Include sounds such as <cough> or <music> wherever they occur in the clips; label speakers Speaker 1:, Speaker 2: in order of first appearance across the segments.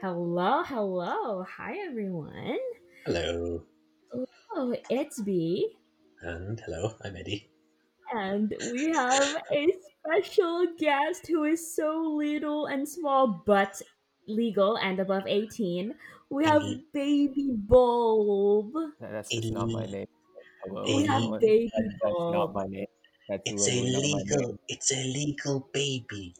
Speaker 1: Hello, hello. Hi, everyone.
Speaker 2: Hello.
Speaker 1: Oh, it's B,
Speaker 2: And hello, I'm Eddie.
Speaker 1: and we have a special guest who is so little and small, but legal and above 18. We have
Speaker 3: Mm-hmm.
Speaker 2: Eddie.
Speaker 1: Baby Bulb.
Speaker 3: No, That's that's not my
Speaker 2: Eddie.
Speaker 3: name. Hello,
Speaker 1: We have
Speaker 3: everyone.
Speaker 1: Baby
Speaker 3: That- That's not
Speaker 1: Bulb,
Speaker 3: my name. That's
Speaker 2: It's
Speaker 3: literally not my name.
Speaker 2: illegal. It's illegal, baby.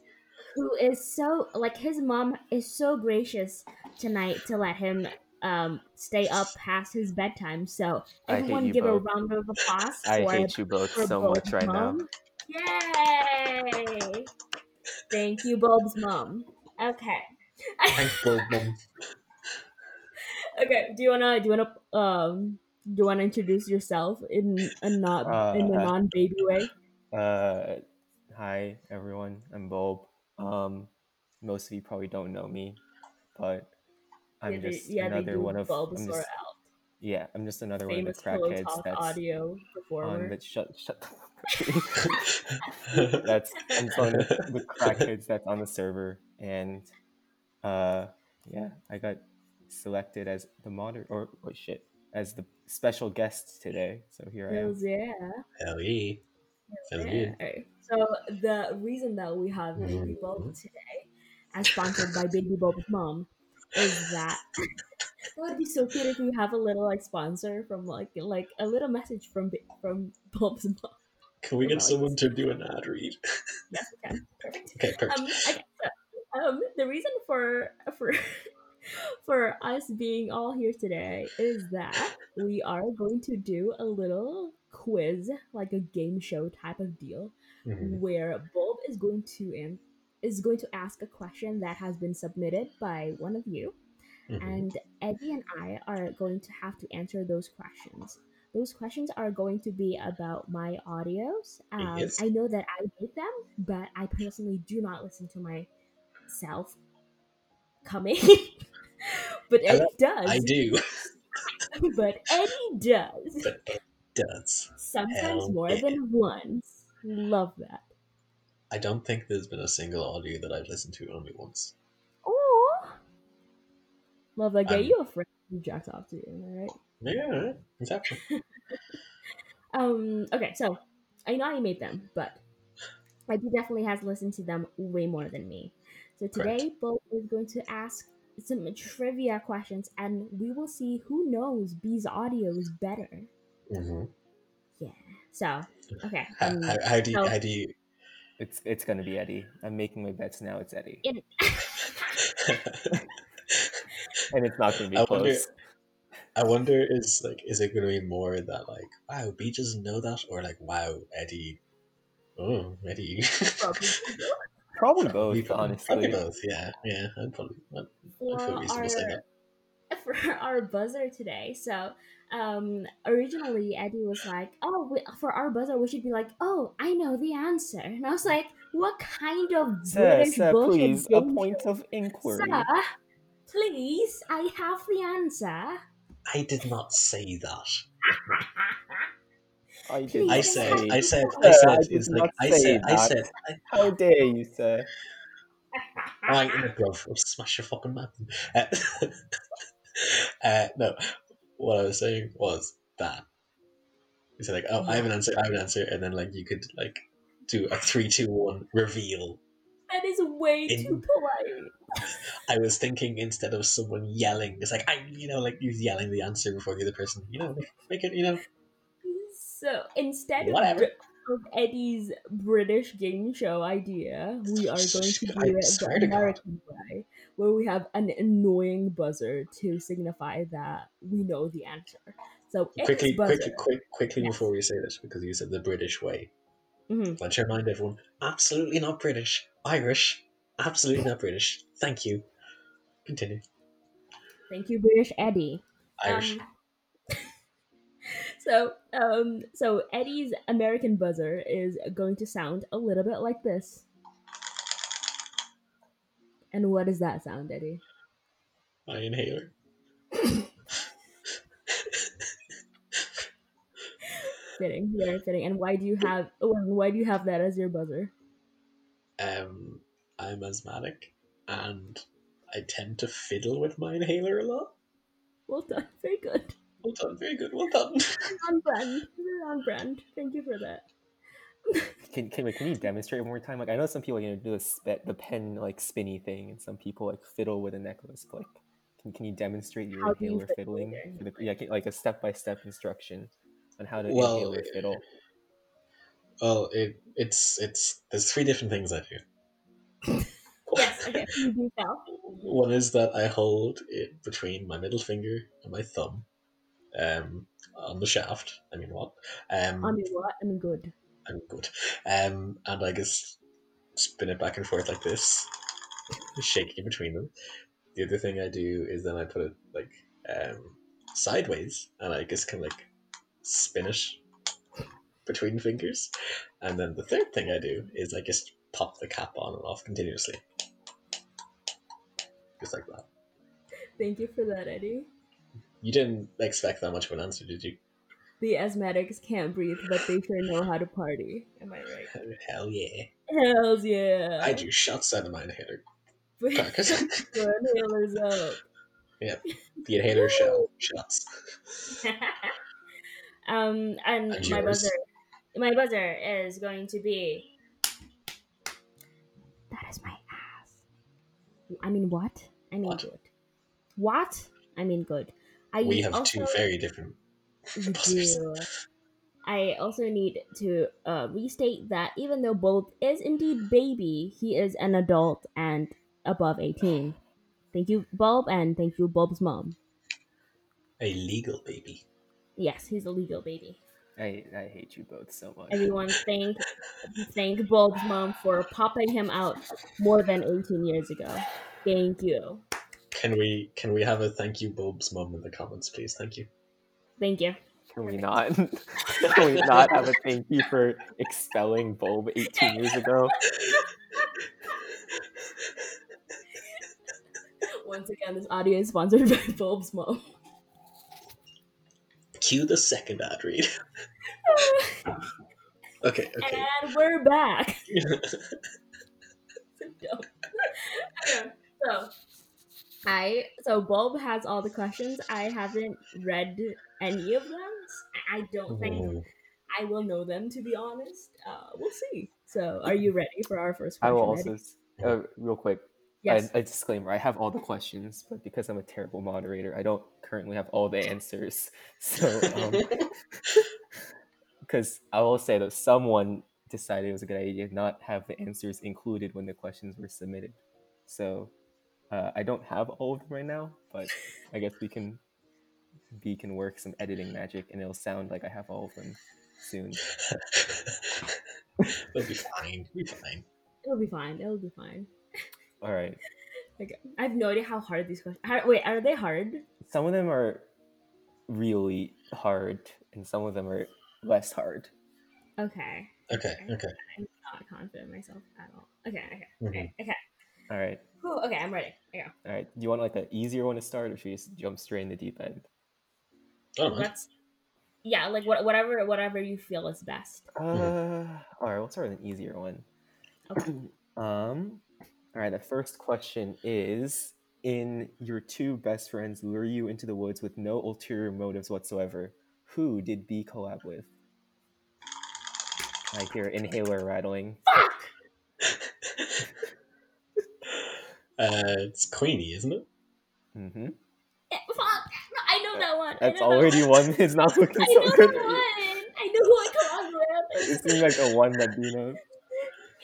Speaker 1: who is so, like, his mom is so gracious tonight to let him um, stay up past his bedtime. So,
Speaker 3: I hate
Speaker 1: everyone
Speaker 3: you
Speaker 1: give a
Speaker 3: both.
Speaker 1: round of applause
Speaker 3: I
Speaker 1: for
Speaker 3: hate you both
Speaker 1: for
Speaker 3: so
Speaker 1: Bulb's
Speaker 3: much right now.
Speaker 1: mom. Yay! Thank you, Bulb's mom. Okay.
Speaker 2: Thanks, Bulb Mum. <laughs>
Speaker 1: okay. Do you wanna do you wanna um do you wanna introduce yourself in a not in a
Speaker 3: Uh,
Speaker 1: non baby way?
Speaker 3: uh, hi everyone. I'm Bulb. Um, most of you probably don't know me, but
Speaker 1: Yeah,
Speaker 3: I'm
Speaker 1: they,
Speaker 3: just
Speaker 1: yeah, they do
Speaker 3: another one of. I'm
Speaker 1: Bulbasaur
Speaker 3: just
Speaker 1: out.
Speaker 3: yeah. I'm just another one of the
Speaker 1: Famous pillow
Speaker 3: crackheads
Speaker 1: talk
Speaker 3: that's
Speaker 1: audio
Speaker 3: on
Speaker 1: performer.
Speaker 3: the shut shut.
Speaker 1: <laughs>
Speaker 3: <laughs> the- that's I'm just one of the,
Speaker 2: <laughs>
Speaker 3: the crackheads that's on the server, and uh yeah i got selected as the moderator or oh shit as the special guest today so here i am
Speaker 1: Hells yeah.
Speaker 2: Hell yeah. Hell yeah.
Speaker 1: Yeah. alright. So the reason that we have Baby Bulb
Speaker 2: Mhm.
Speaker 1: today, as sponsored by Baby Bulb's mom, is that It would be so cute if we have a little like sponsor from like like a little message from B- from <laughs> Bob's mom
Speaker 2: Can we get
Speaker 1: about like
Speaker 2: someone to do an ad read?
Speaker 1: yes we can perfect.
Speaker 2: Okay, perfect.
Speaker 1: Um, okay, so, um, the reason for for <laughs> for us being all here today is that we are going to do a little quiz, like a game show type of deal,
Speaker 2: Mhm.
Speaker 1: where Bulb is going to an- is going to ask a question that has been submitted by one of you.
Speaker 2: Mhm.
Speaker 1: and Eddie and I are going to have to answer those questions. Those questions are going to be about my audios. Um,
Speaker 2: Yes.
Speaker 1: I know that I made them, but I personally do not listen to myself coming. <laughs> but
Speaker 2: Hello.
Speaker 1: Eddie
Speaker 2: I
Speaker 1: does.
Speaker 2: do.
Speaker 1: <laughs> But Eddie does.
Speaker 2: But it does.
Speaker 1: Sometimes
Speaker 2: Hell
Speaker 1: more
Speaker 2: yeah.
Speaker 1: than once. Love that.
Speaker 2: I don't think there's been a single audio that I've listened to only once.
Speaker 1: Oh, love that. Get
Speaker 2: Um,
Speaker 1: you a friend who jacks off to you, all right?
Speaker 2: yeah, exactly.
Speaker 1: Um. Okay. So I know I made them, but Like he definitely has listened to them way more than me. So
Speaker 2: Correct.
Speaker 1: today, Bo is going to ask some trivia questions, and we will see who knows B's audio is better.
Speaker 2: hmm
Speaker 1: Yeah. So, okay.
Speaker 2: How, how,
Speaker 1: Um.
Speaker 2: how do you,
Speaker 1: So
Speaker 2: how do you
Speaker 3: it's it's gonna be eddie i'm making my bets now it's eddie
Speaker 1: in <laughs>
Speaker 2: <laughs>
Speaker 3: and it's not gonna be
Speaker 2: I wonder
Speaker 3: close
Speaker 2: I wonder is like is it gonna be more that like wow B doesn't know that or like wow Eddie oh Eddie <laughs>
Speaker 1: probably
Speaker 2: probably
Speaker 3: probably both
Speaker 2: both probably
Speaker 3: honestly
Speaker 2: both yeah yeah I'd probably I'd, I'd feel
Speaker 1: for
Speaker 2: reasonable saying
Speaker 1: our
Speaker 2: that
Speaker 1: <laughs> for our buzzer today. So, um, originally Eddie was like, "Oh, we, for our buzzer, we should be like, oh, I know the answer," and I was like, "What kind of
Speaker 3: sir
Speaker 1: British
Speaker 3: sir
Speaker 1: bullshit
Speaker 3: please a
Speaker 1: game
Speaker 3: point of
Speaker 1: Sir,
Speaker 3: inquiry
Speaker 1: please, I have the answer. <laughs>
Speaker 2: I did not say that
Speaker 3: i did
Speaker 2: I
Speaker 1: Please,
Speaker 3: not
Speaker 1: I
Speaker 2: said
Speaker 1: have
Speaker 3: say
Speaker 2: I
Speaker 1: the
Speaker 2: said I
Speaker 3: sir
Speaker 2: said
Speaker 3: i did
Speaker 2: it's like
Speaker 3: not
Speaker 2: I
Speaker 3: say
Speaker 2: said I
Speaker 3: that
Speaker 2: said I,
Speaker 3: how dare you sir
Speaker 2: right in the glove or smash your fucking mouth uh, <laughs> uh, no what I was saying was that it's like oh I have
Speaker 1: Yeah,
Speaker 2: an answer I have an answer and then like you could like do a three two one reveal
Speaker 1: that is way too
Speaker 2: in
Speaker 1: polite.
Speaker 2: I was thinking instead of someone yelling, it's like I, you know, like you yelling the answer before the other person, you know, make it, you know,
Speaker 1: So instead of,
Speaker 2: whatever.
Speaker 1: Br- of Eddie's British game show idea, we are going to
Speaker 2: I
Speaker 1: do it the
Speaker 2: swear to God,
Speaker 1: American way, where we have an annoying buzzer to signify that we know the answer. So Eddie's
Speaker 2: quickly, quickly,
Speaker 1: buzzer.
Speaker 2: quick, quickly
Speaker 1: Yes.
Speaker 2: before we say this, because you said the British way.
Speaker 1: hmm
Speaker 2: I'd like to remind everyone, absolutely not British, Irish, absolutely not British. Thank you. Continue.
Speaker 1: Thank you, British Eddie.
Speaker 2: Irish.
Speaker 1: Um, <laughs> So, um, so Eddie's American buzzer is going to sound a little bit like this. And what is that sound, Eddie?
Speaker 2: My inhaler.
Speaker 1: Fitting, very fitting. And why do you have? Oh, and why do you have that as your buzzer?
Speaker 2: Um, I'm asthmatic, and I tend to fiddle with my inhaler a lot.
Speaker 1: Well done. <laughs> Very good.
Speaker 2: Well done, very good, well done. <laughs>
Speaker 1: On brand. You're On brand. Thank you for that. <laughs>
Speaker 3: Can can, wait, can you demonstrate one more time? Like I know some people you know do the spe- the pen like spinny thing, and some people like fiddle with a necklace. Like can, can you demonstrate your
Speaker 1: How do you
Speaker 3: inhaler
Speaker 1: fiddle?
Speaker 3: fiddling?
Speaker 1: Okay.
Speaker 3: For the, yeah, can- like a step by step instruction on how to
Speaker 2: Well,
Speaker 3: inhale or fiddle.
Speaker 2: Well, it, it's it's there's three different things I do.
Speaker 1: <laughs> Yes. Okay. You do tell.
Speaker 2: One is that I hold it between my middle finger and my thumb, um, on the shaft. I mean, what? Um,
Speaker 1: I mean, what? I mean, good.
Speaker 2: I'm good. Um, and I just spin it back and forth like this, <laughs> shaking it between them. The other thing I do is then I put it like um, sideways, and I just can like spin it between fingers. And then the third thing I do is I just pop the cap on and off continuously, just like that.
Speaker 1: Thank you for that, Eddie.
Speaker 2: You didn't expect that much of an answer, did you?
Speaker 1: The asthmatics can't breathe, but they sure know how to party. Am I right?
Speaker 2: Hell yeah!
Speaker 1: Hells yeah. <laughs>
Speaker 2: I do shots out of my inhaler. Carcass. <laughs>
Speaker 1: Your inhaler's up.
Speaker 2: the inhaler shell shots.
Speaker 4: <laughs> Um, and
Speaker 2: And
Speaker 4: my
Speaker 2: yours?
Speaker 4: buzzer, my buzzer is going to be. That is my ass.
Speaker 1: I mean, what?
Speaker 4: I mean
Speaker 2: What?
Speaker 4: good. What? I mean good. I
Speaker 2: We have
Speaker 4: also,
Speaker 2: two very different
Speaker 1: You
Speaker 2: buzzers. <laughs>
Speaker 1: do.
Speaker 4: I also need to uh, restate that even though Bulb is indeed baby, he is an adult and above eighteen. Thank you, Bulb, and thank you, Bulb's mom.
Speaker 2: A legal baby.
Speaker 4: Yes, he's a legal baby.
Speaker 3: I I hate you both so much.
Speaker 4: Everyone thank thank Bulb's mom for popping him out more than 18 years ago. Thank you.
Speaker 2: Can we can we have a thank you Bulb's mum in the comments, please?
Speaker 4: <laughs>
Speaker 2: Thank you.
Speaker 4: Thank you.
Speaker 3: Can we not? <laughs>
Speaker 1: <laughs>
Speaker 3: Can we not have a thank you for expelling Bulb 18 years ago?
Speaker 1: Once again, this audio is sponsored <laughs> by Bulb's mom.
Speaker 2: Cue the second
Speaker 4: <laughs>
Speaker 2: ad read. okay, okay.
Speaker 1: And we're back. so dumb.
Speaker 4: Okay, so I so Bulb has all the questions. I haven't read any of them. I don't think
Speaker 3: Oh.
Speaker 2: Ooh,
Speaker 1: I will know them to be honest. Uh, we'll see. So, are you ready for our first
Speaker 3: I
Speaker 1: question?
Speaker 3: will
Speaker 1: Eddie?
Speaker 3: also, s- uh, real quick,
Speaker 1: Yes.
Speaker 3: a, a disclaimer. I have all the questions, but because I'm a terrible moderator, I don't currently have all the answers. <laughs> So, because I will say that someone decided it was a good idea to not have the answers included when the questions were submitted. So, uh, I don't have all of them right now, but I guess we can B can work some editing magic, and it'll sound like I have all of them soon.
Speaker 2: <laughs> We'll be fine. We'll be fine.
Speaker 1: It'll be fine. It'll be fine.
Speaker 3: All right.
Speaker 1: Okay. I have no idea how hard these questions. How, wait, are they hard?
Speaker 3: Some of them are really hard, and some of them are less hard.
Speaker 1: Okay.
Speaker 2: Okay, okay.
Speaker 1: Not confident in myself at all. Okay. Okay.
Speaker 2: Mhm.
Speaker 3: Hmm. All right.
Speaker 1: Cool. Okay, I'm ready. Okay.
Speaker 3: All right. Do you want like an easier one to start, or should we just jump straight in the deep end?
Speaker 2: I don't mind.
Speaker 4: let's yeah, like what, whatever whatever you feel is best.
Speaker 3: Uh, all right. We'll start with an easier one.
Speaker 4: Okay.
Speaker 3: um. All right. The first question is: In your two best friends lure you into the woods with no ulterior motives whatsoever. Who did B collab with? I hear inhaler rattling.
Speaker 2: Uh, it's Queenie, isn't it?
Speaker 3: Mm-hmm.
Speaker 4: Eh, Fuck! No, I know that one. I
Speaker 3: That's
Speaker 4: know that
Speaker 3: already
Speaker 4: one.
Speaker 3: one. It's not
Speaker 4: <laughs>
Speaker 3: looking
Speaker 4: I
Speaker 3: so
Speaker 4: know
Speaker 3: good.
Speaker 4: that one. I know who I collab with.
Speaker 3: It seems like the one that B knows.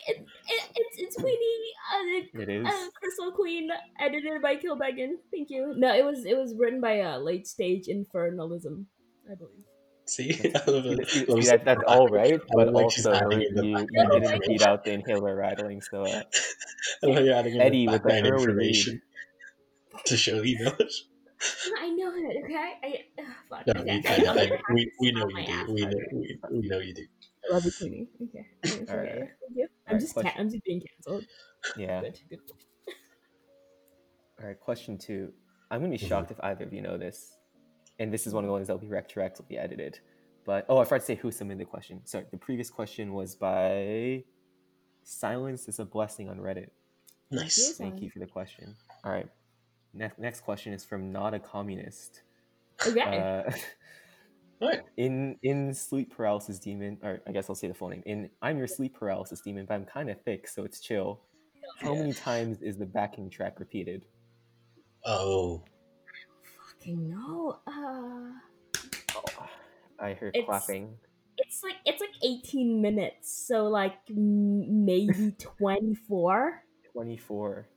Speaker 4: It, it, it's it's Queenie. Uh,
Speaker 3: It is.
Speaker 4: Uh, Crystal Queen, edited by Kilbegan. Thank you. No, it was it was written by uh, late stage infernalism, I believe.
Speaker 2: See, <laughs> I love
Speaker 3: See,
Speaker 2: it.
Speaker 3: see-
Speaker 2: Love
Speaker 3: see, that, that's all right, but
Speaker 2: like she's
Speaker 3: also
Speaker 2: adding in the
Speaker 3: you, you
Speaker 2: background
Speaker 3: didn't beat out the inhaler rattling, so uh,
Speaker 2: I love how you're adding in
Speaker 3: Eddie
Speaker 2: the
Speaker 3: with the
Speaker 2: background
Speaker 3: early read.
Speaker 2: information <laughs> to show you know it.
Speaker 4: I know it. Okay. I ugh, fuck.
Speaker 2: No,
Speaker 4: okay.
Speaker 1: <laughs>
Speaker 2: we, I know,
Speaker 4: I'm
Speaker 2: I,
Speaker 4: gonna have
Speaker 2: we,
Speaker 4: to
Speaker 2: we know
Speaker 4: stop my
Speaker 2: you do. We know,
Speaker 3: Okay.
Speaker 2: we, we know you do.
Speaker 1: I love you, Queenie. Okay. Okay,
Speaker 3: All right,
Speaker 1: okay,
Speaker 3: all right.
Speaker 1: Thank you.
Speaker 3: All
Speaker 1: I'm
Speaker 3: right,
Speaker 1: just ca-
Speaker 3: question.
Speaker 1: I'm just being canceled. <laughs>
Speaker 3: yeah.
Speaker 1: Good. Good.
Speaker 3: All right, question two. I'm gonna be
Speaker 2: Mhm.
Speaker 3: shocked if either of you know this, and this is one of the ones that'll be retroactively edited. But oh, I forgot to say who submitted the question. Sorry, the previous question was by Silence is a Blessing on Reddit.
Speaker 2: Nice.
Speaker 3: Thank you for the question. All right. Next, next question is from not a communist.
Speaker 1: Okay.
Speaker 3: Uh, <laughs>
Speaker 2: Alright.
Speaker 3: in in sleep paralysis demon, or I guess I'll say the full name. In I'm your sleep paralysis demon, but I'm kind of thick, so it's chill. How
Speaker 2: Yeah.
Speaker 3: many times is the backing track repeated?
Speaker 2: Oh.
Speaker 1: Fucking no. Uh,
Speaker 3: I heard
Speaker 1: It's-
Speaker 3: clapping.
Speaker 1: it's like it's like 18 minutes, so like m- maybe 24.
Speaker 3: Twenty four.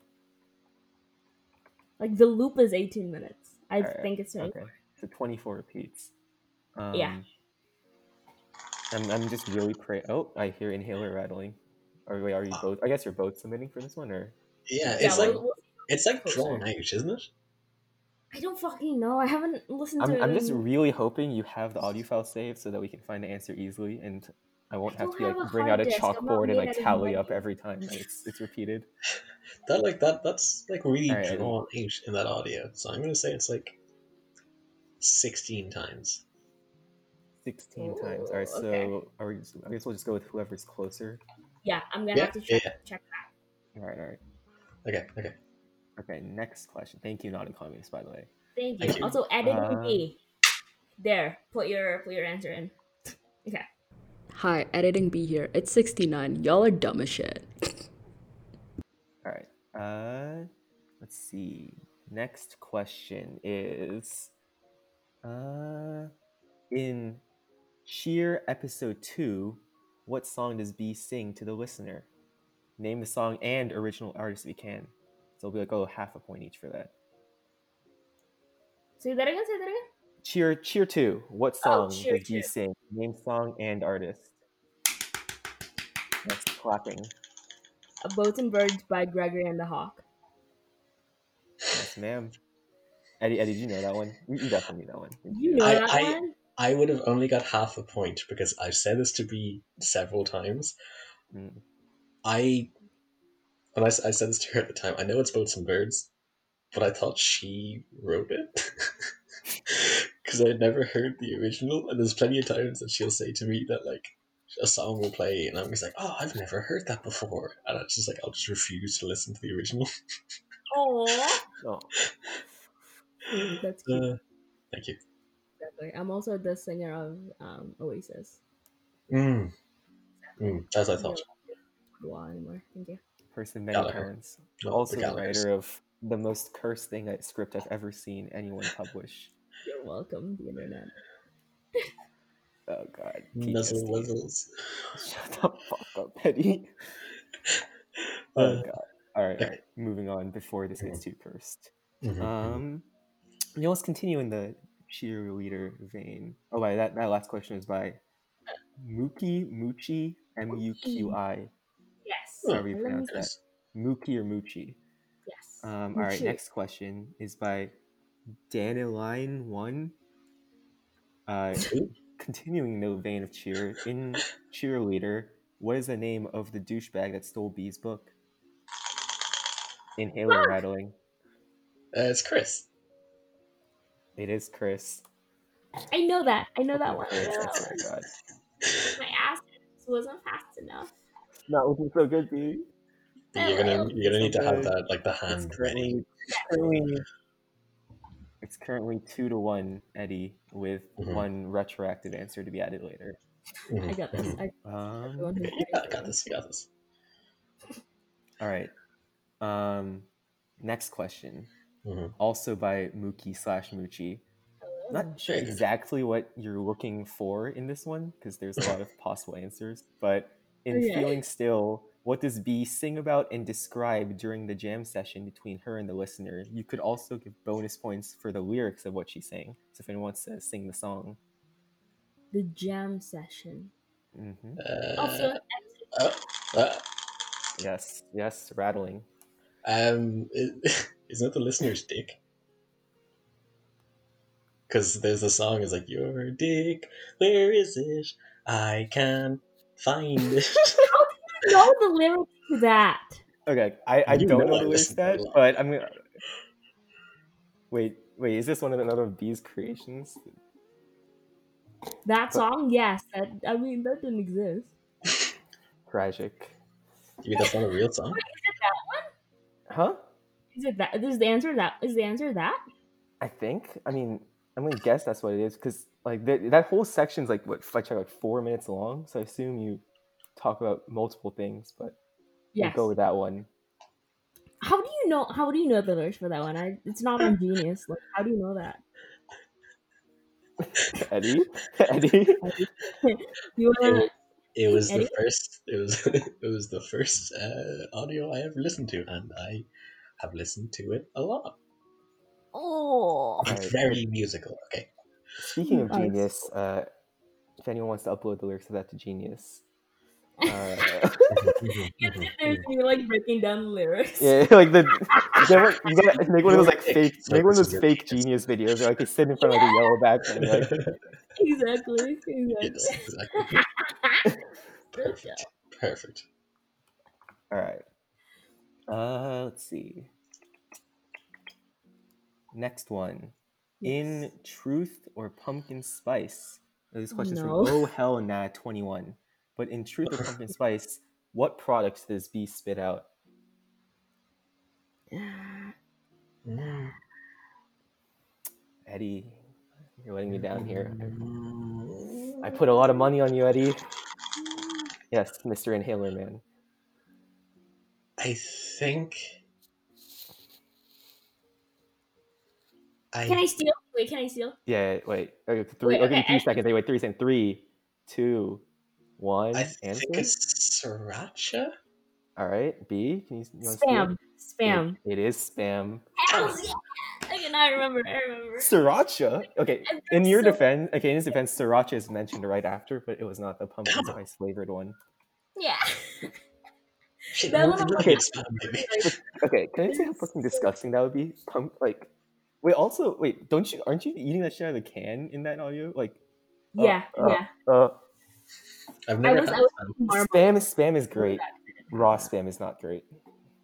Speaker 1: Like the loop is 18 minutes. I
Speaker 3: Alright,
Speaker 1: think it's right.
Speaker 3: Okay, so twenty four repeats. Um,
Speaker 1: Yeah.
Speaker 3: I'm I'm just really pray. Oh, I hear inhaler rattling. Are we? Are
Speaker 1: Oh.
Speaker 3: you both? I guess you're both submitting for this one, or
Speaker 2: Yeah,
Speaker 1: Yeah,
Speaker 2: it's
Speaker 1: we'll-
Speaker 2: like
Speaker 1: we'll-
Speaker 2: it's like
Speaker 1: Cool,
Speaker 2: drawn out, isn't it?
Speaker 1: I don't fucking know. I haven't listened to
Speaker 3: I'm
Speaker 1: it.
Speaker 3: I'm just
Speaker 1: in-
Speaker 3: really hoping you have the audio file saved so that we can find the answer easily, and I won't
Speaker 1: I
Speaker 3: have
Speaker 1: don't
Speaker 3: to be
Speaker 1: have
Speaker 3: like
Speaker 1: a
Speaker 3: bring
Speaker 1: hard
Speaker 3: out a
Speaker 1: disk. I'm not
Speaker 3: chalkboard and
Speaker 1: made
Speaker 3: like
Speaker 1: out of
Speaker 3: tally
Speaker 1: money.
Speaker 3: up every time. Like, it's it's repeated.
Speaker 2: That like that that's like really
Speaker 3: Alright, I think-
Speaker 2: drawn out in that audio. So I'm gonna say it's like sixteen times.
Speaker 3: 16 times. All right,
Speaker 1: Ooh,
Speaker 3: so
Speaker 1: okay.
Speaker 3: are we just, I guess we'll just go with whoever's closer.
Speaker 1: Yeah, I'm gonna
Speaker 2: Yeah,
Speaker 1: have to check
Speaker 2: yeah.
Speaker 1: check
Speaker 3: All right, all right.
Speaker 2: Okay, okay.
Speaker 3: Okay, next question. Thank you, Not a Communist, by the way.
Speaker 1: Thank you.
Speaker 2: Thank you.
Speaker 1: Also, edit
Speaker 3: Uh,
Speaker 1: B. There, put your put your answer in.
Speaker 5: Hi, editing B here. It's 69. Y'all are dumb as shit.
Speaker 3: All right. Uh, let's see. Next question is, uh, in Sheer episode two, what song does B sing to the listener? Name the song and original artist if you can. So it'll be like oh half a point each for that.
Speaker 1: Say that again. Say that again.
Speaker 3: Cheer, cheer two. What song
Speaker 1: Oh, Cheer
Speaker 3: does B
Speaker 1: Two.
Speaker 3: sing? Name song and artist. That's clapping.
Speaker 1: A Boats and Birds by Gregory and the Hawk.
Speaker 3: Yes, ma'am. Eddie, Eddie, did you know that one? You, you definitely knew that one. didn't
Speaker 1: You know
Speaker 2: I-
Speaker 1: that
Speaker 2: I-
Speaker 1: one?
Speaker 2: I would have only got half a point because I've said this to be several times.
Speaker 3: Mm.
Speaker 2: I when I, s- I said this to her at the time, I know it's boats and birds, but I thought she wrote it <laughs> because I had never heard the original. And there's plenty of times that she'll say to me that like a song will play, and I'm just like, oh, I've never heard that before, and I just like I'll just refuse to listen to the original.
Speaker 1: Oh,
Speaker 3: Oh,
Speaker 1: <laughs> that's cute.
Speaker 2: Uh, thank you.
Speaker 1: Exactly. I'm also the singer of um, Oasis.
Speaker 2: Mm. Mm, as I thought.
Speaker 1: Well, anymore. Thank you.
Speaker 3: person many
Speaker 2: Gallagher.
Speaker 3: talents.
Speaker 2: No,
Speaker 3: Also the
Speaker 2: Gallagher's.
Speaker 3: writer of the most cursed thing that script I've ever seen anyone publish.
Speaker 1: You're welcome, the internet.
Speaker 3: Oh god.
Speaker 2: Nuzzle
Speaker 3: PTSD.
Speaker 2: wuzzles.
Speaker 3: <laughs> Shut the fuck up, Eddie.
Speaker 2: <laughs> Uh,
Speaker 3: Oh god. All right,
Speaker 2: okay. Mm-hmm.
Speaker 3: all right. Moving on before this gets too cursed.
Speaker 2: mhm, mhm.
Speaker 3: Um, you know, let's continue in the cheerleader vein. Oh, by that that last question is by Mookie Moochie M U Q I.
Speaker 1: Yes.
Speaker 2: Oh,
Speaker 3: However you
Speaker 1: Let me- Oh,
Speaker 3: pronounce that. Mookie or Moochie.
Speaker 1: Yes.
Speaker 3: Um, all right.
Speaker 1: Moochie.
Speaker 3: Next question is by Daneline One. <laughs> Uh,
Speaker 2: Ooh.
Speaker 3: continuing in the vein of cheer in cheerleader. What is the name of the douchebag that stole B's book? Inhaler rattling.
Speaker 2: Uh, it's Chris.
Speaker 3: It is Chris.
Speaker 1: I know that. I know
Speaker 3: Fucking
Speaker 1: that one. I
Speaker 3: Chris,
Speaker 1: know
Speaker 3: I
Speaker 1: that
Speaker 3: swear to God.
Speaker 1: one. My ass just wasn't fast enough.
Speaker 3: <laughs> Not looking so good, B.
Speaker 2: <laughs> You're gonna
Speaker 1: Hello.
Speaker 2: you're gonna need to have
Speaker 3: Sometimes
Speaker 2: that like the
Speaker 3: It's
Speaker 2: hand ready.
Speaker 3: currently, currently- it's currently two to one, Eddie, with
Speaker 2: Mhm.
Speaker 3: one retroactive answer to be added later.
Speaker 1: I got this. I
Speaker 3: Um,
Speaker 2: You got, Mm-hmm. got this. You got this.
Speaker 3: all right. Um, next question,
Speaker 2: Mhm.
Speaker 3: also by Mookie slash Moochie. Not sure
Speaker 2: very good.
Speaker 3: exactly what you're looking for in this one because there's a lot of possible answers. But in
Speaker 1: Okay.
Speaker 3: feeling still, what does B sing about and describe during the jam session between her and the listener? You could also give bonus points for the lyrics of what she's saying. So if anyone wants to sing the song,
Speaker 1: the jam session.
Speaker 3: hmm
Speaker 2: Uh,
Speaker 1: Also, <laughs>
Speaker 2: uh, uh,
Speaker 3: yes, yes, rattling.
Speaker 2: um, is, isn't it <laughs> the listener's dick? Because there's a song is like your dick. Where is it? I can find it. <laughs>
Speaker 1: you know the lyrics to that.
Speaker 3: Okay, I, I
Speaker 2: You
Speaker 3: don't
Speaker 2: know
Speaker 3: know
Speaker 2: I
Speaker 3: the lyrics to
Speaker 2: listen to a
Speaker 3: that,
Speaker 2: lot.
Speaker 3: but I'm gonna wait. Wait, is this one of another of B's creations?
Speaker 1: That song, yes. That I mean, that didn't exist.
Speaker 3: Tragic.
Speaker 2: Maybe that's not a real song.
Speaker 3: Huh?
Speaker 1: Is it that? Is the answer that? Is the answer that?
Speaker 3: I think. I mean, I'm gonna guess that's what it is because like that that whole section's like what I check like four minutes long. So I assume you talk about multiple things, but we'll
Speaker 1: Yes.
Speaker 3: go with
Speaker 1: <laughs>
Speaker 3: that one.
Speaker 1: How do you know? How do you know the lyrics for that one? I, it's
Speaker 3: <laughs>
Speaker 1: not on Genius. Like, how do you know that?
Speaker 3: Eddie, Eddie.
Speaker 1: You
Speaker 3: Uh,
Speaker 1: wanna,
Speaker 2: It was the
Speaker 1: Eddie?
Speaker 2: first. It was <laughs> it was the first uh, audio I ever listened to, and I have listened to it a lot.
Speaker 3: <laughs>
Speaker 1: oh,
Speaker 3: All
Speaker 2: It's
Speaker 3: right.
Speaker 2: very musical. Okay.
Speaker 3: Speaking of
Speaker 1: Nice.
Speaker 3: Genius, uh, if anyone wants to upload the lyrics of that to Genius,
Speaker 1: <laughs>
Speaker 3: uh,
Speaker 2: <laughs>
Speaker 3: <laughs>
Speaker 1: there's you like breaking down lyrics.
Speaker 3: Mm-hmm, yeah, <laughs> like the you gotta, you <laughs> gotta make one of those like
Speaker 2: Your pick.
Speaker 3: fake,
Speaker 2: It's like,
Speaker 3: make one of
Speaker 2: this
Speaker 3: those
Speaker 2: is your
Speaker 3: fake
Speaker 2: Genius.
Speaker 3: Genius videos where like they sit in front of like a yellow background, like
Speaker 1: <laughs> Exactly. Exactly.
Speaker 2: <laughs> yes, exactly.
Speaker 3: <laughs>
Speaker 2: Perfect. Perfect.
Speaker 3: All right. Uh, let's see. Next one.
Speaker 1: <sighs>
Speaker 3: In truth or pumpkin spice? Now, This question's
Speaker 1: No.
Speaker 3: from Oh Hell Nah 21. But in truth or <laughs> pumpkin spice, what products does B spit out? Eddie, you're letting me down here. I put a lot of money on you, Eddie. Yes, Mr. Inhaler Man.
Speaker 2: I think.
Speaker 1: Can
Speaker 2: I
Speaker 1: I steal? Wait, can I steal?
Speaker 3: Yeah, wait. Okay, three.
Speaker 1: Wait,
Speaker 3: I'll give you
Speaker 1: okay,
Speaker 3: three
Speaker 1: I-
Speaker 3: seconds. Anyway, three seconds. Three, two, one.
Speaker 2: I
Speaker 3: Answer.
Speaker 2: think it's sriracha.
Speaker 3: All right. B, can you, you want to steal? Oh.
Speaker 1: Spam. Spam.
Speaker 3: It, it is spam.
Speaker 1: Hells yeah! Okay, now I remember. I remember.
Speaker 3: Sriracha. Okay,
Speaker 1: And
Speaker 3: in
Speaker 1: there's
Speaker 3: your
Speaker 1: so-
Speaker 3: defense, okay, in his defense, sriracha is mentioned right after, but it was not the pumpkin
Speaker 2: Come on.
Speaker 3: spice flavored one. <laughs>
Speaker 1: Yeah. <laughs>
Speaker 2: Shit,
Speaker 1: That
Speaker 2: I'm
Speaker 1: one I'm
Speaker 2: looking
Speaker 3: like-
Speaker 2: at spam,
Speaker 3: <laughs>
Speaker 2: baby.
Speaker 3: Okay, can I say how fucking disgusting that would be? Pump like, wait. Also, wait. Don't you? Aren't you eating that shit out of the can in that audio? Like, Oh,
Speaker 1: Yeah.
Speaker 3: oh.
Speaker 1: yeah.
Speaker 3: uh,
Speaker 2: I've never
Speaker 1: was-
Speaker 2: had
Speaker 1: I was-
Speaker 2: spam.
Speaker 1: Marble.
Speaker 3: spam is spam is great. Raw spam is not great.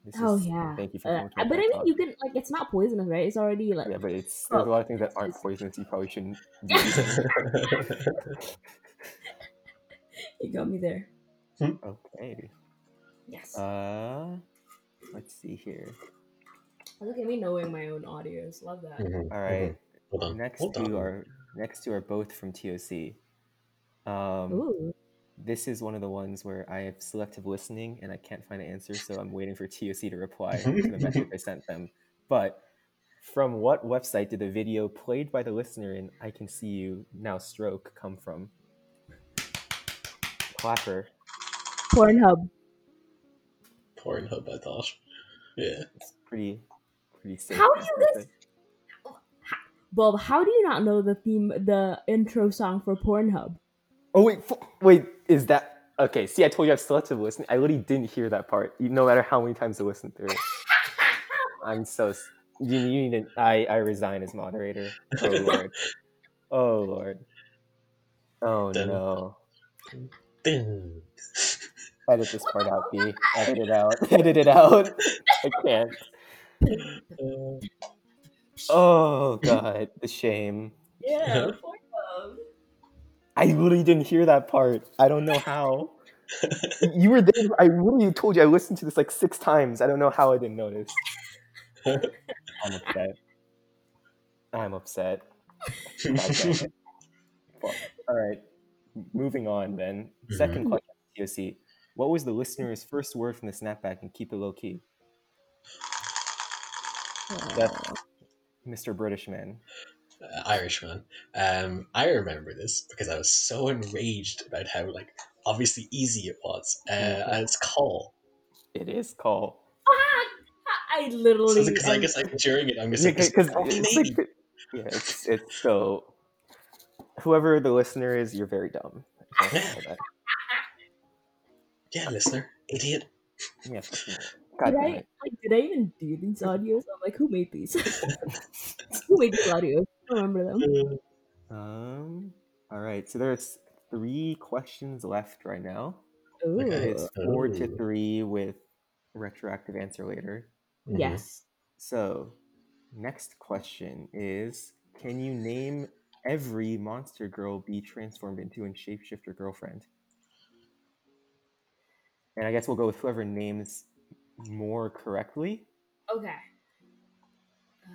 Speaker 3: This
Speaker 1: Oh
Speaker 3: is-
Speaker 1: yeah.
Speaker 3: Thank you for
Speaker 1: Uh,
Speaker 3: coming to my
Speaker 1: but I
Speaker 3: TED
Speaker 1: mean,
Speaker 3: Talk.
Speaker 1: you can like it's not poisonous, right? It's already like
Speaker 3: Yeah, but it's there's a
Speaker 1: Oh.
Speaker 3: lot of things that
Speaker 1: <laughs>
Speaker 3: aren't poisonous. You probably shouldn't. Be eating.
Speaker 2: <laughs>
Speaker 3: <laughs>
Speaker 1: you got me there.
Speaker 3: okay.
Speaker 1: Yes.
Speaker 3: Uh, let's see here.
Speaker 1: Look at me knowing my own audios. Love that.
Speaker 2: Mhm,
Speaker 3: All right.
Speaker 2: mhm. Hold on.
Speaker 3: next
Speaker 2: Hold on.
Speaker 3: two are next two are both from TOC. Um,
Speaker 1: Ooh.
Speaker 3: this is one of the ones where I have selective listening and I can't find an answer, so I'm waiting for TOC
Speaker 2: <laughs>
Speaker 3: to reply to the message I sent them. But from what website did the video played by the listener in "I Can See You Now" stroke come from? Clapper.
Speaker 1: Pornhub.
Speaker 2: Pornhub, I thought. Yeah.
Speaker 3: It's pretty, pretty safe.
Speaker 1: How do
Speaker 3: guess,
Speaker 1: you
Speaker 3: I'd
Speaker 1: guys-
Speaker 3: say.
Speaker 1: Bob, how do you not know the theme, the intro song for Pornhub?
Speaker 3: Oh wait, f- wait, is that okay? See, I told you I have selective listening. I literally didn't hear that part, e- no matter how many times I listened through it. I'm so s- you, you need. To, I I resign as moderator. Oh lord. Oh lord. Oh
Speaker 2: Dun.
Speaker 3: no. <laughs>
Speaker 2: Ding.
Speaker 3: Edit this part out, B. Edit it out. Edit it out. I can't.
Speaker 2: Uh,
Speaker 3: Oh god, the shame.
Speaker 1: Yeah, Pornhub.
Speaker 3: I literally didn't hear that part. I don't know how. You were there. I literally told you I listened to this like six times. I don't know how I didn't notice. I'm upset. I'm upset. God damn it. Fuck. All right. M- Moving on then. 2nd
Speaker 2: Mhm.
Speaker 3: question, TOC. What was the listener's first word from the snapback and keep it low key? That's Mr. British man.
Speaker 2: uh, Irishman. Um, I remember this because I was so enraged about how like obviously easy it was. Uh,
Speaker 3: Mhm.
Speaker 2: and it's call.
Speaker 3: It is call.
Speaker 1: I
Speaker 2: So
Speaker 1: literally.
Speaker 2: because I guess like during it, I'm just
Speaker 3: um, Yeah,
Speaker 2: like,
Speaker 3: 'cause-
Speaker 2: this
Speaker 3: 'cause
Speaker 2: probably
Speaker 3: it's
Speaker 2: maybe.
Speaker 3: like- yeah, it's, it's so. Whoever the listener is, you're very dumb. I just wanna say that.
Speaker 2: Yeah, listener, idiot. <laughs>
Speaker 3: Yeah, fucking moron. God
Speaker 1: did I
Speaker 3: damn it.
Speaker 1: like, did I even do these audios? I'm like, who made these? <laughs> who made these audios? I don't remember them.
Speaker 3: Mm-hmm. Um. All right. So there's three questions left right now.
Speaker 1: Ooh.
Speaker 2: Okay.
Speaker 3: It's four to
Speaker 2: Ooh.
Speaker 3: three with retroactive answer later.
Speaker 2: Mhm.
Speaker 1: Yes.
Speaker 3: So, next question is Can you name every monster girl be transformed into in Shapeshifter Girlfriend? And I guess we'll go with whoever names more correctly.
Speaker 1: Okay. Uh,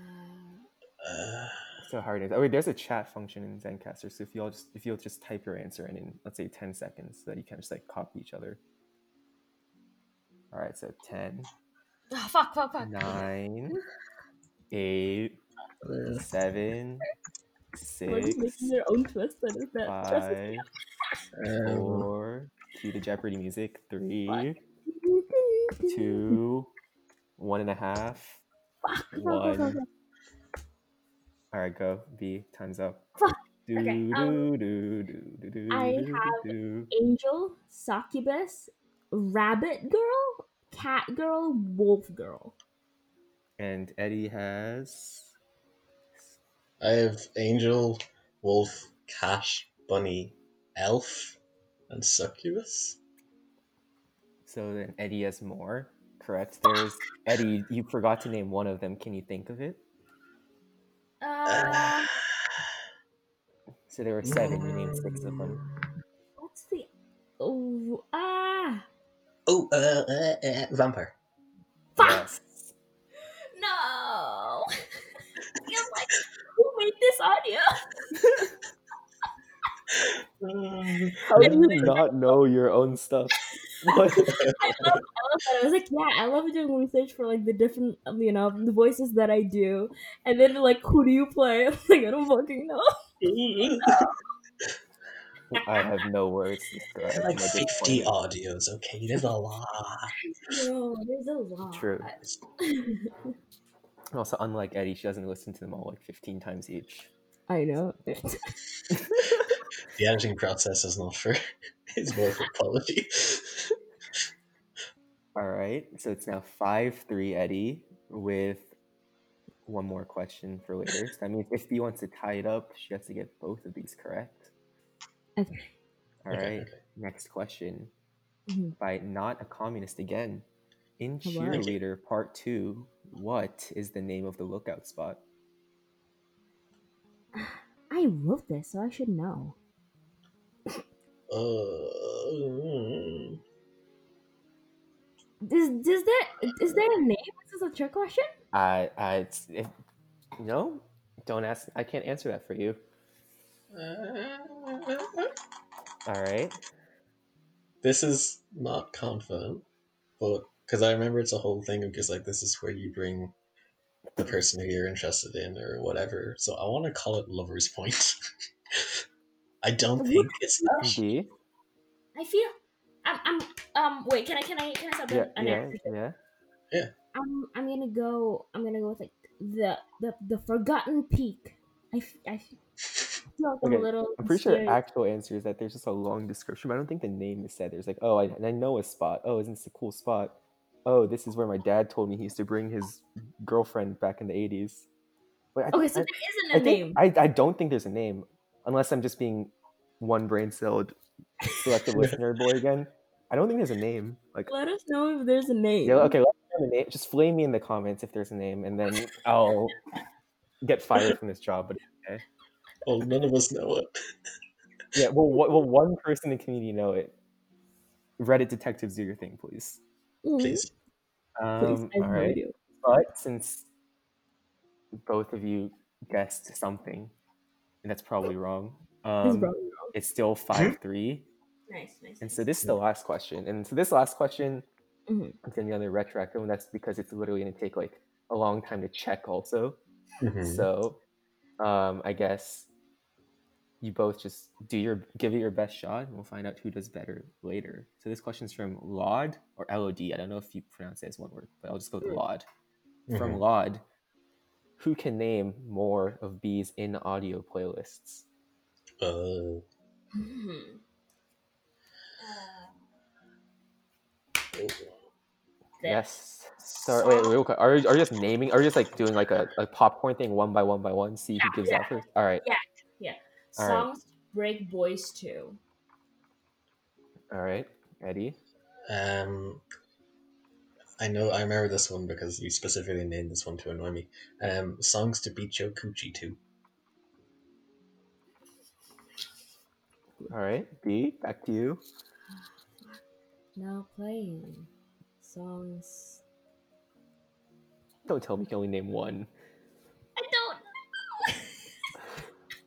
Speaker 2: Uh,
Speaker 3: So hard is. Oh wait, there's a chat function in ZenCaster. So if you all just if you'll just type your answer in in let's say ten seconds, so that you can just like copy each other. All right, so 10,
Speaker 1: oh, fuck, fuck, fuck. <laughs>
Speaker 3: 9, 8,
Speaker 2: uh,
Speaker 3: 7,
Speaker 1: We're just
Speaker 3: 6,
Speaker 1: making their own twist that is that twist is- <laughs>
Speaker 3: 5,
Speaker 2: um,
Speaker 3: 4, cue the Jeopardy music, 3, 2, 1 and a half,
Speaker 1: Fuck, <laughs> fuck, fuck, fuck,
Speaker 3: 1. All right, go. B, time's up.
Speaker 1: Fuck.
Speaker 3: Do,
Speaker 1: Okay, um,
Speaker 3: do, do, do, do, do,
Speaker 1: I
Speaker 3: do,
Speaker 1: have
Speaker 3: do.
Speaker 1: Angel, succubus, rabbit girl, cat girl, wolf girl.
Speaker 3: And Eddie has.
Speaker 2: I have angel, wolf, cat, bunny, elf, and succubus.
Speaker 3: So then Eddie has more. Correct. There's Eddie. You forgot to name one of them. Can you think of it? Ah.
Speaker 1: Uh,
Speaker 3: So
Speaker 2: Uh,
Speaker 3: there were seven. You named six of them.
Speaker 1: what's the? Oh, ah,
Speaker 2: Oh, uh, uh, uh, vampire.
Speaker 1: <gasps> fuck!
Speaker 3: Yes.
Speaker 1: No. <laughs> Feels like who made this audio?
Speaker 3: How do
Speaker 1: <laughs>
Speaker 3: you not know your own stuff? <laughs> What?
Speaker 1: I love that. I was like, yeah, I love doing research for like the different, um, you know, the voices that I do, and then like, who do you play? <laughs> I'm like, I don't fucking know.
Speaker 3: I have no words
Speaker 2: <laughs>
Speaker 3: to
Speaker 2: There
Speaker 3: describe
Speaker 2: are like
Speaker 3: my
Speaker 2: 50
Speaker 3: disappointment.
Speaker 2: audios, okay? There's a lot.
Speaker 1: No, there's a lot.
Speaker 3: True.
Speaker 2: <laughs>
Speaker 3: And also, unlike Eddie, she doesn't listen to them all like 15 times each.
Speaker 1: I know. <laughs>
Speaker 2: The editing process is not for. <laughs> It's more for quality. <laughs>
Speaker 3: All right. So it's now 5 3 Eddie with one more question for later. So that means if he wants to tie it up, she has to get both of these correct.
Speaker 1: Okay.
Speaker 3: All right.
Speaker 2: Okay, Mm-hmm. okay.
Speaker 3: Next question
Speaker 1: Mhm.
Speaker 3: by Not a Communist Again. In
Speaker 1: Hello. Thank
Speaker 2: you.
Speaker 3: Cheerleader Part 2, what is the name of the lookout spot?
Speaker 1: I wrote this, so I should know.
Speaker 2: Uh,
Speaker 1: Is does that is there a name? Is this a trick question?
Speaker 3: I, I, it's, if, no, don't ask. I can't answer that for you. All right.
Speaker 2: this is not confirmed, but because I remember it's a whole thing of just like this is where you bring the person who you're interested in or whatever. So I want to call it Lover's Point. <laughs> I don't think it's that.
Speaker 3: B.
Speaker 1: I feel I'm I'm um wait, can I can I can I stop
Speaker 3: Yeah,
Speaker 1: an
Speaker 3: yeah,
Speaker 1: answer?
Speaker 3: yeah.
Speaker 1: I'm I'm gonna go I'm gonna go with like the the the forgotten peak. I, f- I f- feel like I'm a
Speaker 3: Okay,
Speaker 1: little
Speaker 3: I'm pretty sure
Speaker 1: scared.
Speaker 3: actual answer is that there's just a long description, but I don't think the name is said. There's like, oh, I, and I know a spot. Oh, isn't this a cool spot? Oh, this is where my dad told me he used to bring his girlfriend back in the 80s. Wait, I,
Speaker 1: okay,
Speaker 3: think
Speaker 1: so there
Speaker 3: I, I,
Speaker 1: isn't a name.
Speaker 3: think, I, I don't think there's a name, unless I'm just being one brain celled
Speaker 1: <laughs>
Speaker 3: selective listener boy again. I don't think there's a name. Like,
Speaker 1: Let us know if there's a name.
Speaker 3: yeah, okay, let's find a name. just flame me in the comments if there's a name, and then I'll get fired from this job. But
Speaker 2: Well, Oh, none of us know it.
Speaker 3: Yeah, well, what, well, one person in the community know it. Reddit detectives, do your thing, please.
Speaker 1: Mhm.
Speaker 2: Please.
Speaker 1: Please,
Speaker 3: Um,
Speaker 1: I have
Speaker 3: all
Speaker 1: no
Speaker 3: right,
Speaker 1: idea.
Speaker 3: but since both of you guessed something, and that's probably wrong,
Speaker 1: This is
Speaker 3: um,
Speaker 1: probably wrong.
Speaker 3: it's still five three.
Speaker 1: Nice, nice.
Speaker 3: And
Speaker 1: nice.
Speaker 3: so this is the last question. And so this last question
Speaker 1: Mhm.
Speaker 3: is going to be another retroactive, and that's because it's literally going to take like a long time to check. Also, Mm-hmm.
Speaker 2: Mm-hmm.
Speaker 3: so um, I guess you both just do your give it your best shot and we'll find out who does better later so this question is from laud or lod i don't know if you pronounce it as one word but i'll just go with laud from laud who can name more of b's in audio playlists
Speaker 2: Uh,
Speaker 1: Mhm. Uh,
Speaker 2: Uh,
Speaker 1: that-
Speaker 3: yes sorry wait real quick are you, are you just naming are you just like doing like a, a popcorn thing one by one by one see who gives
Speaker 1: yeah.
Speaker 3: out first all right All right.
Speaker 1: Songs break boys too.
Speaker 3: all right eddie
Speaker 2: um, I know. I remember this one because you specifically named this one to annoy me. Um, songs to beat your coochie to.
Speaker 3: all right b back to you
Speaker 1: Now playing songs
Speaker 3: Don't tell me you can only name one.
Speaker 1: I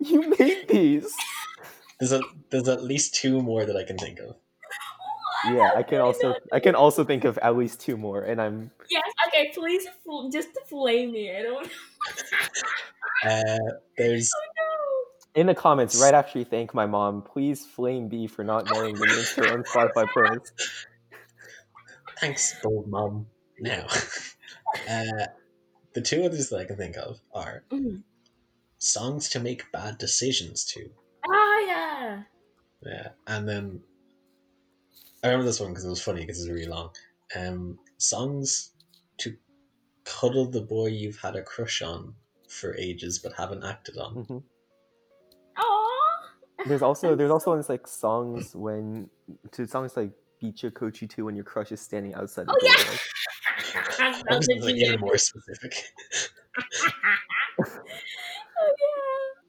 Speaker 1: don't.
Speaker 3: You made these.
Speaker 2: There's a, there's at least two more that I can think of.
Speaker 3: <laughs> Yeah,
Speaker 1: <laughs>
Speaker 3: I can also I can also think of at least two more, and I'm
Speaker 1: Yes. Okay. Please, fl- just flame me. I don't. <laughs>
Speaker 2: Uh, there's
Speaker 1: Oh
Speaker 3: in the comments right after you thank my mom. Please flame B for not knowing the names to her own Spotify playlists.
Speaker 2: thanks, old mom. Now, <laughs> uh, the two others that I can think of are
Speaker 1: Mhm.
Speaker 2: songs to make bad decisions to.
Speaker 1: no. Ah yeah.
Speaker 2: Yeah, and then I remember this one because it was funny because it's really long. Um, songs to cuddle the boy you've had a crush on for ages but haven't acted
Speaker 3: <laughs>
Speaker 2: on. <laughs>
Speaker 3: Mhm.
Speaker 1: Aw.
Speaker 3: There's also there's
Speaker 1: <laughs>
Speaker 3: also ones like songs when to songs like beat your coochie too when your crush is standing outside. The
Speaker 1: Oh, yeah.
Speaker 3: door. like,
Speaker 1: That
Speaker 2: I was
Speaker 1: was a
Speaker 2: like
Speaker 1: genius.
Speaker 2: even more specific.
Speaker 1: <laughs> Oh yeah.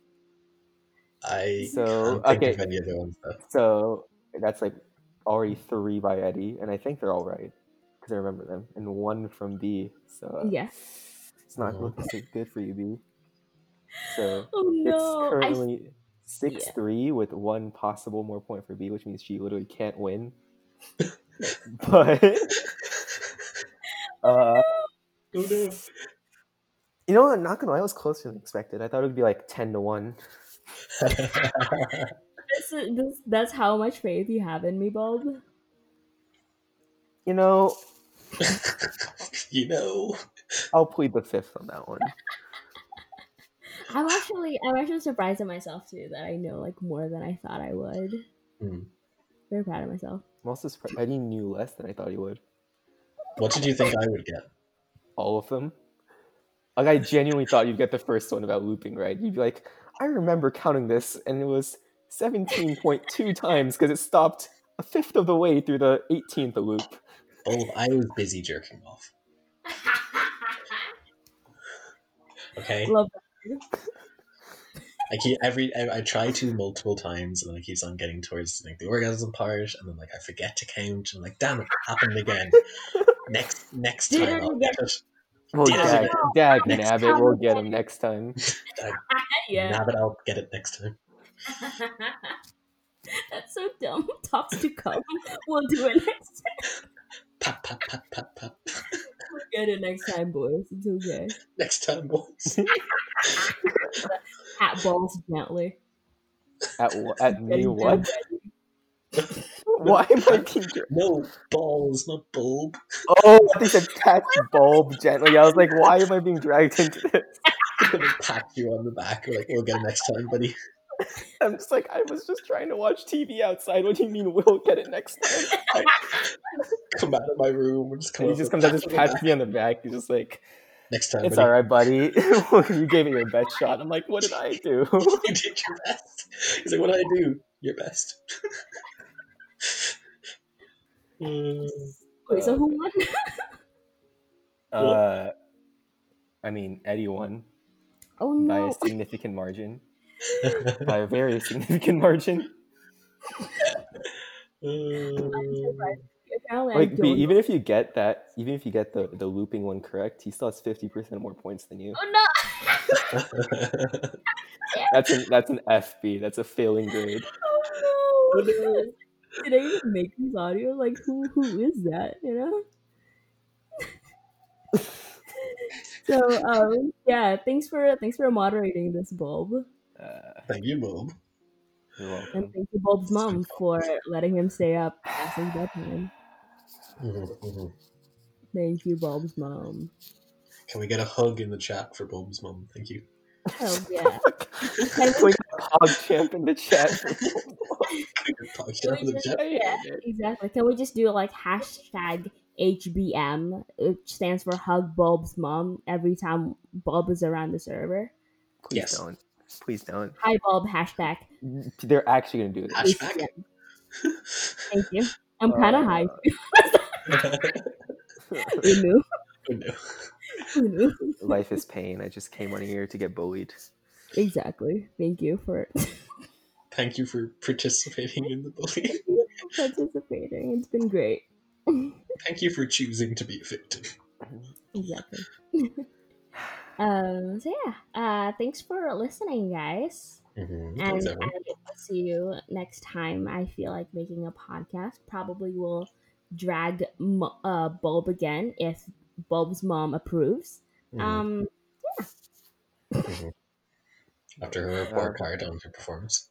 Speaker 2: I
Speaker 3: So,
Speaker 2: can't think of
Speaker 3: okay.
Speaker 2: any other ones though.
Speaker 3: So that's like already three by Eddie, and I think they're all right because I remember them, and one from B. So uh,
Speaker 1: Yeah.
Speaker 3: it's not
Speaker 2: Mhm.
Speaker 3: looking so good for you, B. So
Speaker 1: Oh
Speaker 3: it's
Speaker 1: no. I f-
Speaker 3: currently six three with one possible more point for B, which means she literally
Speaker 1: <laughs>
Speaker 3: can't win. but
Speaker 2: Oh
Speaker 3: uh,
Speaker 2: no!
Speaker 3: you know, I'm not gonna lie, I was closer than expected. I thought it would be like ten to one.
Speaker 1: this is this, that's how much faith you have in me, Bob.
Speaker 3: You know,
Speaker 2: you know,
Speaker 3: I'll plead the fifth on that one.
Speaker 1: I'm actually I'm actually surprised at myself too that I know like more than I thought I would.
Speaker 2: Mm.
Speaker 1: Very proud of myself.
Speaker 3: I'm also surprised Eddie knew less than I thought he would.
Speaker 2: what did you think I would get?
Speaker 3: all of them. Like I genuinely thought you'd get the first one about looping, right? You'd be like, I remember counting this, and it was seventeen point two <laughs> times because it stopped a fifth of the way through the eighteenth loop.
Speaker 2: Oh, I was busy jerking off.
Speaker 1: <laughs>
Speaker 2: Okay,
Speaker 1: Love
Speaker 2: I keep every I, I try to multiple times, and then it keeps on getting towards like the orgasm part, and then like I forget to count, and like damn it, it happened again. next next
Speaker 1: Did
Speaker 2: time
Speaker 1: it
Speaker 2: I'll get it.
Speaker 3: Well,
Speaker 2: Damn
Speaker 3: Dag,
Speaker 2: it.
Speaker 3: Dag
Speaker 2: Next
Speaker 3: Nabbit, we'll get him next time.
Speaker 1: yeah.
Speaker 2: Nab it, I'll get it next time.
Speaker 1: <laughs> That's so dumb. <laughs> Talks to come. We'll do it next time.
Speaker 2: Pop pop pop pop pop.
Speaker 1: We'll get it next time, boys. It's okay.
Speaker 2: Next time, boys.
Speaker 1: At balls gently.
Speaker 3: At wh-
Speaker 2: <laughs>
Speaker 3: at me
Speaker 1: Getting
Speaker 3: what?
Speaker 1: them
Speaker 3: Why am I being?
Speaker 2: <laughs> No balls, not bulb.
Speaker 3: Oh, they said catch bulb gently. I was like, why am I being dragged into this?
Speaker 2: I'm gonna pat you on the back. We're like we'll get it next time, buddy. <laughs>
Speaker 3: I'm just like, I was just trying to watch TV outside. What do you mean we'll get it next time?
Speaker 2: Come out of my room. We'll just come
Speaker 3: And he
Speaker 2: over,
Speaker 3: just comes
Speaker 2: <laughs>
Speaker 3: out, just
Speaker 2: pat you on the
Speaker 3: pats me on the back. He's just like,
Speaker 2: back. Next time,
Speaker 3: "It's all
Speaker 2: buddy.
Speaker 3: right, buddy. <laughs> you gave it your best shot." I'm like, "What did I <laughs> do?"
Speaker 2: <laughs> You did your best. He's like, what did I do? Your best. Mm,
Speaker 1: Wait, so who won?
Speaker 3: Uh, I mean, Eddie won
Speaker 1: Oh
Speaker 3: by a
Speaker 1: no. <laughs>
Speaker 3: significant margin, by a very significant margin.
Speaker 2: mm.
Speaker 1: Apparently I
Speaker 3: Like,
Speaker 1: don't
Speaker 3: B, even if you get that, even if you get the the looping one correct, he still has fifty percent more points than you.
Speaker 1: Oh no!
Speaker 3: That's an that's an FB. That's a failing grade.
Speaker 1: Oh no! <laughs> Did I even make these audio? Like who who is that? You know? <laughs> So um yeah, thanks for thanks for moderating this bulb.
Speaker 3: Uh,
Speaker 2: <laughs> Thank you, Bob.
Speaker 3: you're
Speaker 1: And
Speaker 3: welcome.
Speaker 1: thank you Bulb's mom for letting him stay up past his bedtime.
Speaker 2: Mhm, mhm.
Speaker 1: Thank you, Bulb's mom.
Speaker 2: Can we get a hug in the chat for Bob's mum? Thank you.
Speaker 1: Oh yeah.
Speaker 3: <laughs> we got Pog Champ in
Speaker 1: <laughs>
Speaker 3: the chat. For
Speaker 2: Podcast in the chat.
Speaker 1: Yeah. Exactly. Can we just do like hashtag HBM, which stands for Hug Bulb's Mom, every time Bulb is around the server?
Speaker 3: Please
Speaker 2: Yes.
Speaker 3: don't. Please don't.
Speaker 1: Hi, Bulb, hashtag.
Speaker 3: They're actually gonna do this.
Speaker 2: Hatchback.
Speaker 1: Thank you. I'm kind of
Speaker 3: Uh,
Speaker 1: high.
Speaker 2: <laughs> oh
Speaker 1: Who <laughs> knew?
Speaker 2: no.
Speaker 1: Who knew?
Speaker 3: Life is pain. I just came on here to get bullied.
Speaker 1: Exactly. Thank you for <laughs>
Speaker 2: Thank you for participating in the bullying.
Speaker 1: participating. It's been great.
Speaker 2: Thank you for choosing to be a victim.
Speaker 6: Exactly.
Speaker 1: Um, so yeah, uh, thanks for listening, guys.
Speaker 3: Mm-hmm.
Speaker 2: Mhm,
Speaker 1: And um,
Speaker 2: thanks, everyone.
Speaker 1: I will see you next time. I feel like making a podcast. Probably will drag Mo- uh, Bulb again if Bulb's mom approves.
Speaker 2: Mhm,
Speaker 3: Mm-hmm.
Speaker 1: Um,
Speaker 2: mhm. After her report
Speaker 3: Uh,
Speaker 2: card on her performance.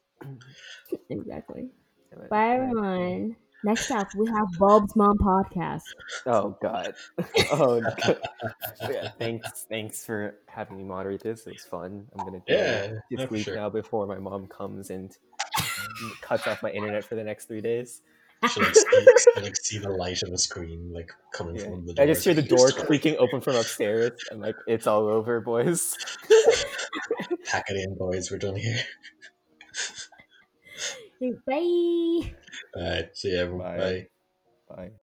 Speaker 1: exactly.
Speaker 3: damn it.
Speaker 1: Bye, everyone. Next up, we have Bulb's mom podcast.
Speaker 3: Oh god. <laughs> Oh god. yeah, thanks thanks for having me moderate this. It was fun. I'm gonna do
Speaker 2: Yeah,
Speaker 3: it
Speaker 2: no,
Speaker 3: this
Speaker 2: for
Speaker 3: week
Speaker 2: sure.
Speaker 3: now before my mom comes and <laughs> cuts off my internet for the next three days.
Speaker 2: She like, see, she like see the light on the screen like coming
Speaker 3: Yeah.
Speaker 2: from the door.
Speaker 3: I just hear the
Speaker 2: It's
Speaker 3: door
Speaker 2: like,
Speaker 3: creaking open from upstairs. I'm like, it's all over, boys. <laughs>
Speaker 2: Pack it in, boys. We're done here. <laughs>
Speaker 1: Bye.
Speaker 2: All right, see you, everyone.
Speaker 3: Bye.
Speaker 2: Bye.
Speaker 3: Bye.